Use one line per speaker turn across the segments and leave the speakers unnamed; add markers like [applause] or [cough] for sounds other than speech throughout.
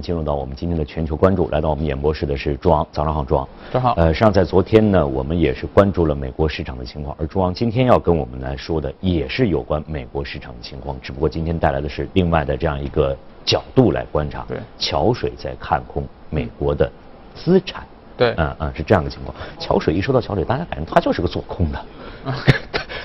进入到我们今天的全球关注，来到我们演播室的是朱昂，早上好，朱昂。
正好，
呃，实际上在昨天呢，我们也是关注了美国市场的情况，而朱昂今天要跟我们来说的也是有关美国市场的情况，只不过今天带来的是另外的这样一个角度来观察。
对
桥水在看空美国的资产。
对
嗯嗯，是这样的情况。桥水一说到桥水，大家感觉他就是个做空
[laughs]
的，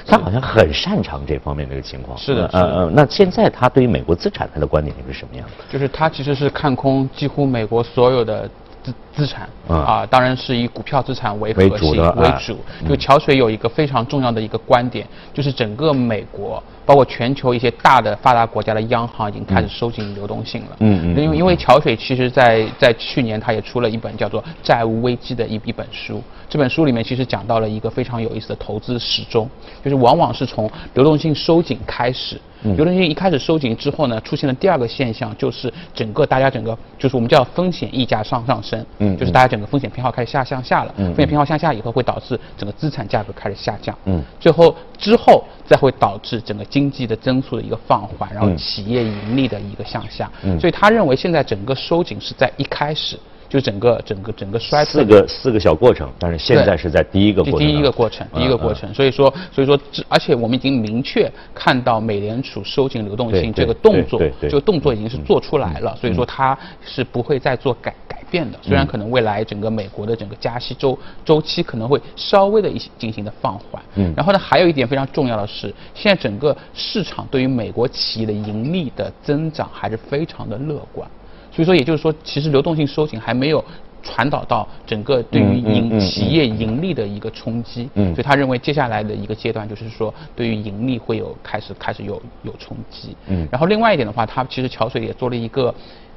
他好像很擅长这方面的一个情况。
是
嗯
的是的
嗯嗯。那现在他对于美国资产他的观点又是什么样的？
就是他其实是看空几乎美国所有的资资产
嗯
啊，当然是以股票资产为核
为
心
主的
为
哎
主
嗯。
就桥水有一个非常重要的一个观点，就是整个美国包括全球一些大的发达国家的央行已经开始收紧流动性了。
嗯嗯嗯嗯
因为因为桥水其实在在去年他也出了一本叫做《债务危机》的一一本书，这本书里面其实讲到了一个非常有意思的投资时钟，就是往往是从流动性收紧开始。
嗯
流动性一开始收紧之后呢，出现了第二个现象，就是整个大家整个就是我们叫风险溢价上上升，
嗯
就是大家整个风险偏好开始下向下了，
嗯
风险偏好向下以后会导致整个资产价格开始下降，
嗯，
最后之后再会导致整个经济的增速的一个放缓，然后
嗯
企业盈利的一个向下，
嗯
所以他认为现在整个收紧是在一开始，就是整个整个整个衰退
四个四个小过程，但是现在是在第一个
这
过程当中。啊嗯
第一个过程，第一个过程。所以说，所以说这，而且我们已经明确看到美联储收紧流动
对
性
对
这个动作
对对，嗯对
这个动作已经是做出来了。所以说，它是不会再做改改变的。
嗯
虽然可能未来整个美国的整个加息周周期可能会稍微的一些进行的放缓。
嗯
然后呢，还有一点非常重要的是，现在整个市场对于美国企业的盈利的增长还是非常的乐观。所以说，也就是说，其实流动性收紧还没有传导到整个对于
嗯嗯嗯
盈
嗯
企业盈利的一个冲击。
嗯
所以他认为接下来的一个阶段就是说，对于盈利会有开始开始有有冲击。
嗯
然后另外一点的话，他其实桥水也做了一个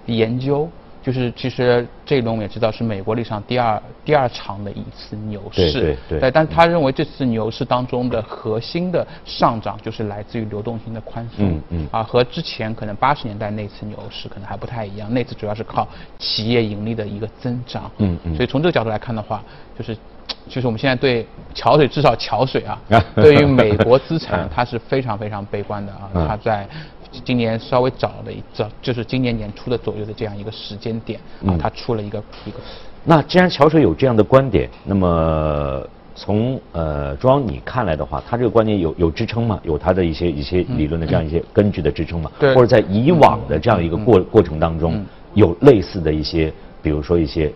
研究。就是其实这一轮我们也知道是美国历史上第二第二长的一次牛
对
市，
对嗯对
但他认为这次牛市当中的核心的上涨就是来自于流动性的宽松，
嗯嗯
啊，和之前可能八十年代那次牛市可能还不太一样，那次主要是靠企业盈利的一个增长，
嗯嗯
所以从这个角度来看的话，就是。就是我们现在对桥水，至少桥
[laughs]
水啊，对于美国资产，它是非常非常悲观的啊。
嗯
它在今年稍微早的一早，就是今年年初的左右的这样一个时间点啊
嗯，
它出了一个一个
那既然桥水有这样的观点，那么从呃庄你看来的话，他这个观点有有支撑吗？有他的一些一些理论的这样一些根据的支撑吗？
嗯对
或者在以往的这样一个过过程当中
嗯，
有类似的一些，比如说一些。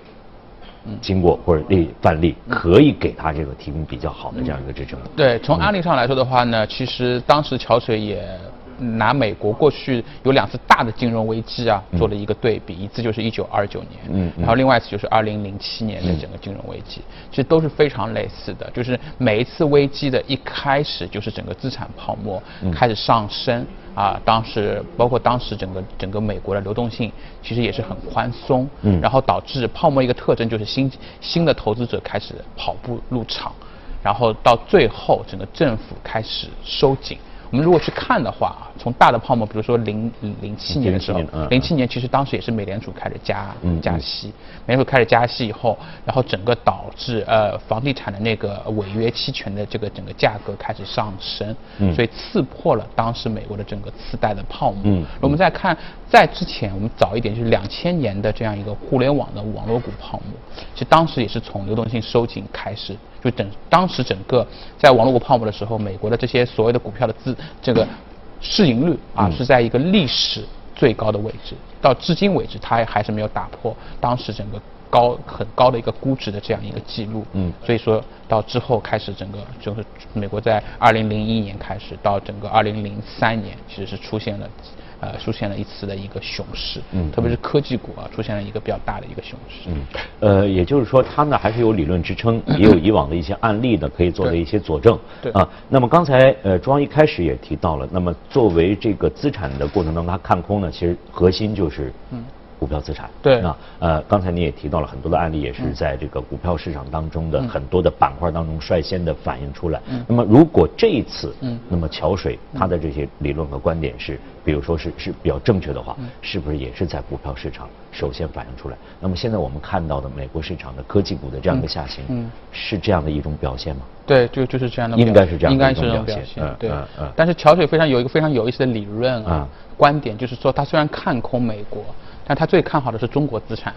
嗯
经过或者例范例，可以给他这个提供比较好的这样一个支撑。
对，从案例上来说的话呢，其实当时桥水也拿美国过去有两次大的金融危机啊做了一个对比，一次就是一九二九年，
嗯嗯
然后另外一次就是二零零七年的整个金融危机，其实都是非常类似的，就是每一次危机的一开始就是整个资产泡沫开始上升。啊，当时包括当时整个整个美国的流动性其实也是很宽松，
嗯
然后导致泡沫一个特征就是新新的投资者开始跑步入场，然后到最后整个政府开始收紧。我们如果去看的话，啊，从大的泡沫，比如说零零七年的时候
07年嗯，
零七年其实当时也是美联储开始加
嗯嗯
加息，美联储开始加息以后，然后整个导致呃房地产的那个违约期权的这个整个价格开始上升
嗯，
所以刺破了当时美国的整个次贷的泡沫。
嗯
我们再看在之前，我们早一点就是两千年的这样一个互联网的网络股泡沫，其实当时也是从流动性收紧开始，就整当时整个在网络股泡沫的时候，美国的这些所谓的股票的资这个市盈率啊、是在一个历史最高的位置，到至今为止它还是没有打破当时整个。高很高的一个估值的这样一个记录，
嗯
所以说到之后开始整个就是美国在二零零一年开始到整个二零零三年，其实是出现了呃出现了一次的一个熊市，
嗯
特别是科技股啊出现了一个比较大的一个熊市，
嗯，呃，也就是说，他呢还是有理论支撑，也有以往的一些案例呢可以做的一些佐证。
嗯对
啊，那么刚才呃，庄一开始也提到了，那么作为这个资产的过程当中，他看空呢，其实核心就是嗯。股票资产
对嗯
啊，呃，刚才你也提到了很多的案例，也是在这个股票市场当中的很多的板块当中率先的反映出来。那么如果这一次，
嗯
那么桥水他的这些理论和观点是，比如说是是比较正确的
嗯
话，是不是也是在股票市场首先反映出来？那么现在我们看到的美国市场的科技股的这样一个下行，
嗯嗯
是这样的一种表现吗？
对，就就是这样的表，
应该是这样的
应该
一
是
种
这
表
种表
现
现
嗯，
对
嗯嗯。
但是桥水非常有一个非常有意思的理论啊
嗯，
观点就是说，他虽然看空美国，但他最看好的是中国资产。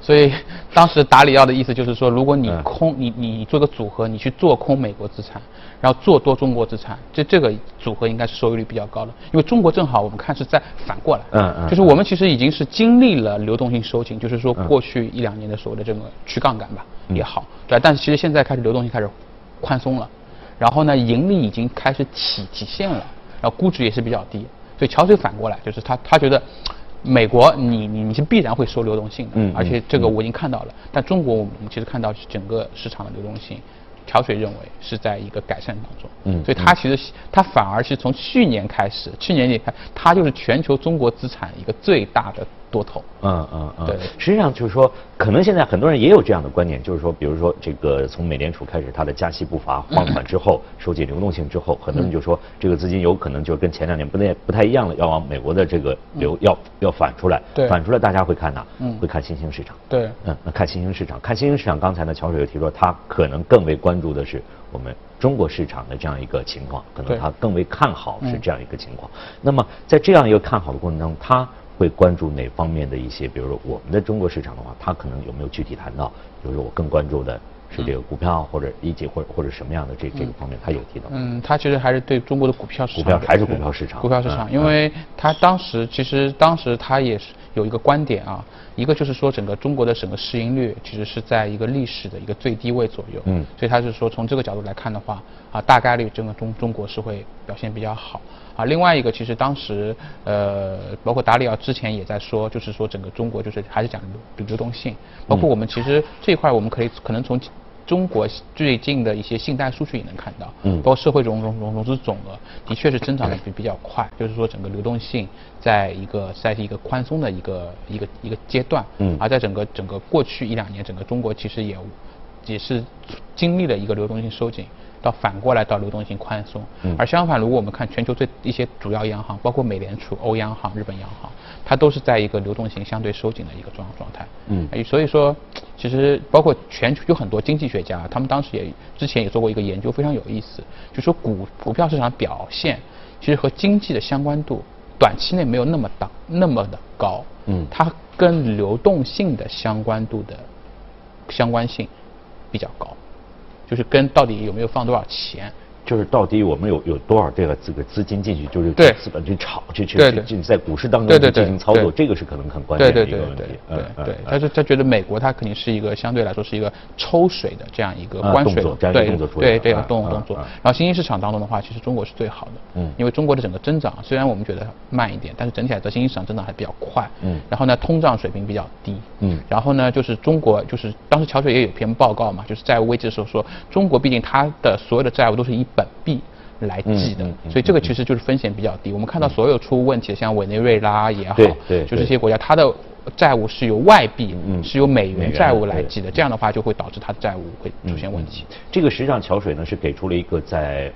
所以当时达里奥的意思就是说，如果你
嗯
空，你你做个组合，你去做空美国资产，然后做多中国资产，这这个组合应该是收益率比较高的，因为中国正好我们看是在反过来，
嗯嗯
就是我们其实已经是经历了流动性收紧，就是说
嗯
过去一两年的所谓的这个去杠杆吧
嗯
也好，对吧，但是其实现在开始流动性开始宽松了，然后呢，盈利已经开始体体现了，然后估值也是比较低，所以桥水反过来就是他他觉得。美国你，你你是必然会收流动性的，
嗯
而且
嗯
这个我已经看到了。但中国我们其实看到整个市场的流动性，桥水认为是在一个改善当中。
嗯
所以它其实是它反而是从去年开始，去年底开，它就是全球中国资产一个最大的多头。
嗯嗯嗯，
对
实际上就是说，可能现在很多人也有这样的观点，就是说，比如说这个从美联储开始它的加息步伐放缓之后，收紧流动性之后，很多人就说这个资金有可能就是跟前两年不太不太一样了，要往美国的这个流要要反出来，
嗯对
反出来大家会看哪
嗯？
会看新兴市场。
对
嗯，那看新兴市场，看新兴市场，刚才呢，乔水又提出，他可能更为关注的是我们中国市场的这样一个情况，可能
对嗯
他更为看好是这样一个情况。那么在这样一个看好的过程当中，他会关注哪方面的一些？比如说我们的中国市场的话，他可能有没有具体谈到？比如说我更关注的是这个股票，或者一级，或者或者什么样的这这个方面，他有提到吗。
嗯，它其实还是对中国的股票市场
股票
的
还是股票市场嗯
股票市场，因为它当时其实当时它也是有一个观点啊，一个就是说整个中国的整个市盈率其实是在一个历史的一个最低位左右，
嗯
所以它是说从这个角度来看的话，啊，大概率整个中中国是会表现比较好。啊，另外一个其实当时呃，包括达里奥之前也在说，就是说整个中国就是还是讲流流动性，包
嗯
括我们其实这一块我们可以可能从中国最近的一些信贷数据也能看到，
嗯
包括社会融融融融资总额的确是增长的比比较快，就是说整个流动性在一个在一个宽松的一个一个一个阶段，啊
嗯
而在整个整个过去一两年，整个中国其实也也是经历了一个流动性收紧。到反过来到流动性宽松，
嗯
而相反，如果我们看全球最一些主要央行，包括美联储、欧央行、日本央行，它都是在一个流动性相对收紧的一个状状态。
嗯
哎，所以说，其实包括全球有很多经济学家，他们当时也之前也做过一个研究，非常有意思，就说股股票市场表现其实和经济的相关度短期内没有那么大那么的高，
嗯
它跟流动性的相关度的相关性比较高，就是跟到底有没有放多少钱，
就是到底我们有有多少这个这个资金进去，就是
对
资本去炒，去去
对
去
对
去在股市当
对
中
对
去进
对
行操作，
对
这个是可能很关
对
键
对
的一
对
个
对
问题嗯
对。对
嗯
对，
嗯
但是他觉得美国它肯定是一个相对来说是一个抽水的这样一个
啊
关
动
水的
作这样一个
对
动作出来
对
的
对
啊
动
啊
动作
啊。
然后新兴市场当中的话，其实中国是最好的，
嗯
因为中国的整个增长虽然我们觉得慢一点，但是整体来说新兴市场增长还比较快，
嗯
然后呢通胀水平比较低，
嗯
然后呢就是中国就是当时桥水也有篇报告嘛，就是债务危机的时候说，中国毕竟它的所有的债务都是以本币。来计的
嗯嗯，嗯
所以这个其实就是风险比较低。我们看到所有出问题的，像委内瑞拉也好
对，对
就是
对
这些国家，它的债务是由外币
嗯，
是由美
美
元
元
债务来
对嗯
计的，这样的话就会导致它的债务会出现问题。
这个实际上桥水呢是给出了一个在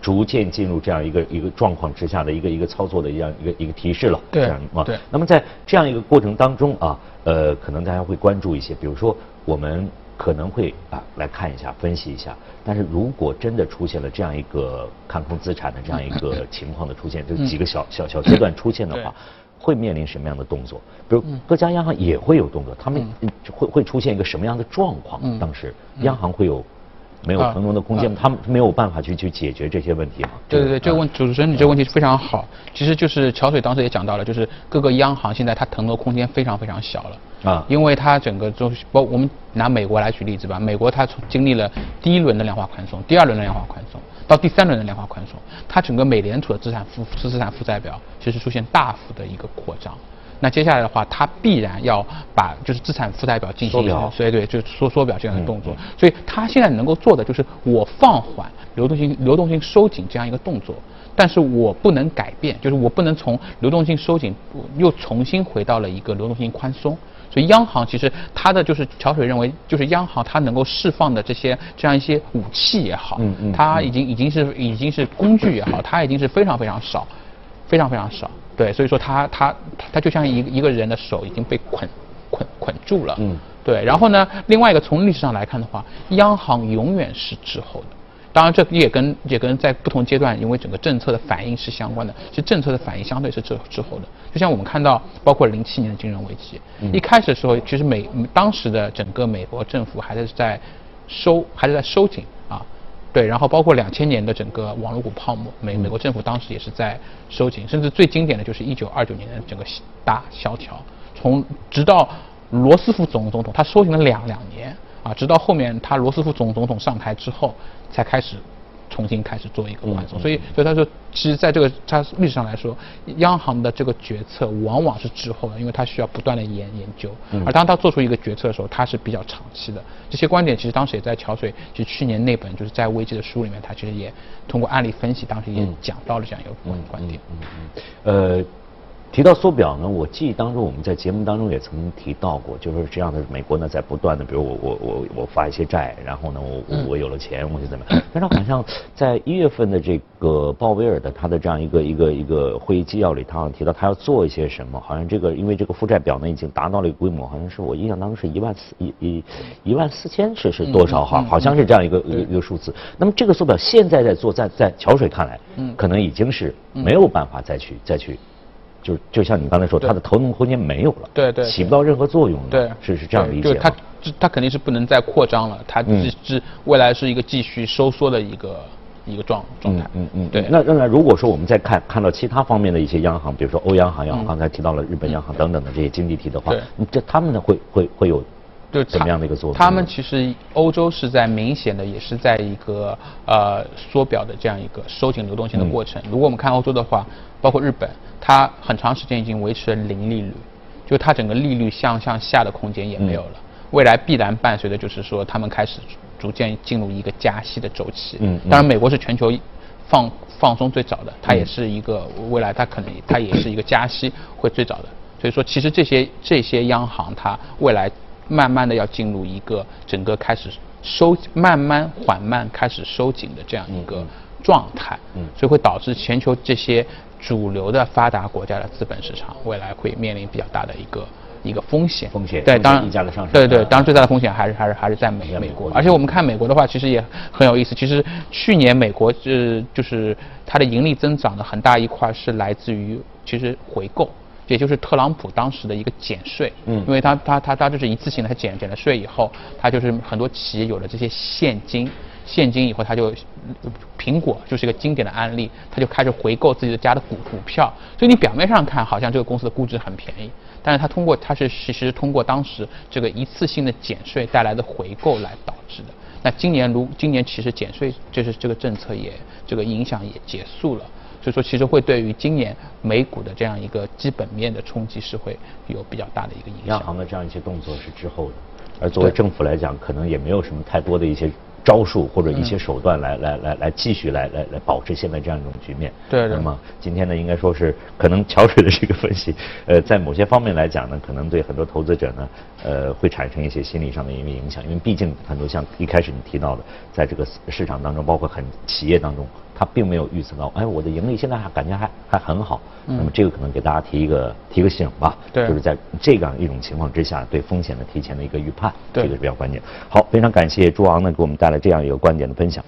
逐渐进入这样一个一个状况之下的一个一个操作的一样一个一个提示了，
对
这样啊。
对
那么在这样一个过程当中啊，呃，可能大家会关注一些，比如说我们可能会啊来看一下分析一下，但是如果真的出现了这样一个看空资产的这样一个
[laughs]
情况的出现，就是几个小小小阶段出现的
嗯对嗯
话。会面临什么样的动作？比如各家央行也会有动作，他们会会出现一个什么样的状况？
嗯
当时央行会有没有
啊
腾挪的空间，他们没有办法去去解决这些问题嘛。
对对对，这个
啊
问主持人你这个问题是非常好。其实就是桥水当时也讲到了，就是各个央行现在它腾挪空间非常非常小了
啊
因为它整个就是包我们拿美国来举例子吧，美国它从经历了第一轮的量化宽松，第二轮的量化宽松，到第三轮的量化宽松，它整个美联储的资产负资产负债表其实出现大幅的一个扩张。那接下来的话，它必然要把就是资产负债表进行
缩
一个
表
对对，就是缩缩表这样的动作。
嗯
所以它现在能够做的就是我放缓流动性流动性收紧这样一个动作，但是我不能改变，就是我不能从流动性收紧又重新回到了一个流动性宽松。所以央行其实它的就是桥水认为，就是央行它能够释放的这些这样一些武器也好，
嗯嗯
它已经已经是已经是工具也好，它已经是非常非常少。非常非常少。对，所以说他他他他就像一个一个人的手已经被捆捆捆住了。
嗯
对。然后呢，另外一个从历史上来看的话，央行永远是滞后的。当然，这也跟也跟在不同阶段，因为整个政策的反应是相关的。其实政策的反应相对是滞滞后的。就像我们看到，包括零七年的金融危机，一开始的时候，其实美当时的整个美国政府还是在收还是在收紧啊，对，然后包括两千年的整个网络股泡沫，美美国政府当时也是在收紧，甚至最经典的就是一九二九年的整个大萧条，从直到罗斯福总总统他收紧了两两年啊，直到后面他罗斯福总总统上台之后才开始。重新开始做一个宽松，所以所以他说，其实在这个它历史上来说，央行的这个决策往往是滞后的，因为它需要不断的研研究。
嗯
而当他做出一个决策的时候，它是比较长期的。这些观点其实当时也在桥水，其实去年那本就是在危机的书里面，他其实也通过案例分析，当时也讲到了这样一个观观点。
嗯嗯，呃。提到缩表呢，我记忆当中我们在节目当中也曾经提到过，就是这样的，美国呢在不断的，比如我我我我发一些债，然后呢我我我有了钱我就怎么样，但是好像在一月份的这个鲍威尔的他的这样一个一个一个会议纪要里，他好像提到他要做一些什么，好像这个因为这个负债表呢已经达到了一个规模，好像是我印象当中是一万四一一一万四千是是多少哈，好像是这样一个一个一个数字。那么这个缩表现在在做，在在桥水看来，可能已经是
嗯
没有办法再去再去。就就像你刚才说，它的投融空间没有了，
对对对
起不到任何作用了，
对，
嗯是是这样理
就
解
是它
吗？
这它肯定是不能再扩张了，它
嗯
只是未来是一个继续收缩的一个一个状状态。
嗯嗯，
对。
那那那如果说我们再看看到其他方面的一些央行，比如说欧央行也好，刚才提到了日本央行等等的这些经济体的话
嗯对，
你这他们呢会会会有
就
怎么样的一个作用呢？
他们其实欧洲是在明显的，也是在一个呃缩表的这样一个收紧流动性的过
嗯
程。如果我们看欧洲的话，包括日本，它很长时间已经维持了零利率，就它整个利率向向下的空间也没有
嗯
了。未来必然伴随的就是说，他们开始逐渐进入一个加息的周期。
嗯嗯
当然美国是全球放放松最早的，它也是一个未来它可能它也是一个加息会最早的。所以说，其实这些这些央行它未来慢慢的要进入一个整个开始收慢慢缓慢开始收紧的这样一
嗯
个状态，所以会导致全球这些主流的发达国家的资本市场未来会面临比较大的一个一个风险。
风险
对，当
风险
然
溢价的上升啊
对对，当然最大的风险还是还是还是在美
在美
美
国
国，而且我们看美国的话，其实也很有意思。其实去年美国是就是它的盈利增长的很大一块是来自于其实回购。也就是特朗普当时的一个减税，
嗯
因为他他他他就是一次性的，他减减了税以后，他就是很多企业有了这些现金，现金以后他就，苹果就是一个经典的案例，他就开始回购自己的家的股股票，所以你表面上看好像这个公司的估值很便宜，但是它通过它是其实通过当时这个一次性的减税带来的回购来导致的。那今年如今年其实减税就是这个政策也这个影响也结束了，所以说其实会对于今年美股的这样一个基本面的冲击是会有比较大的一个影
央
响。
行的这样一些动作是之后的，而作为政府来讲，可能也没有什么太多的一些招数或者一
嗯
些手段来、来来来继续来来来保持现在这样一种局面。
对对
那么今天呢，应该说是可能桥水的这个分析，呃，在某些方面来讲呢，可能对很多投资者呢，呃，会产生一些心理上的一个影响，因为毕竟很多像一开始你提到的，在这个市场当中，包括很企业当中，它并没有预测到，哎，我的盈利现在还感觉还还很好。那么这个可能给大家提一个提个醒吧，
嗯对
就是在这样一种情况之下，对风险的提前的一个预判，
对
这个是比较关键。好，非常感谢朱昂呢给我们带来这样一个观点的分享。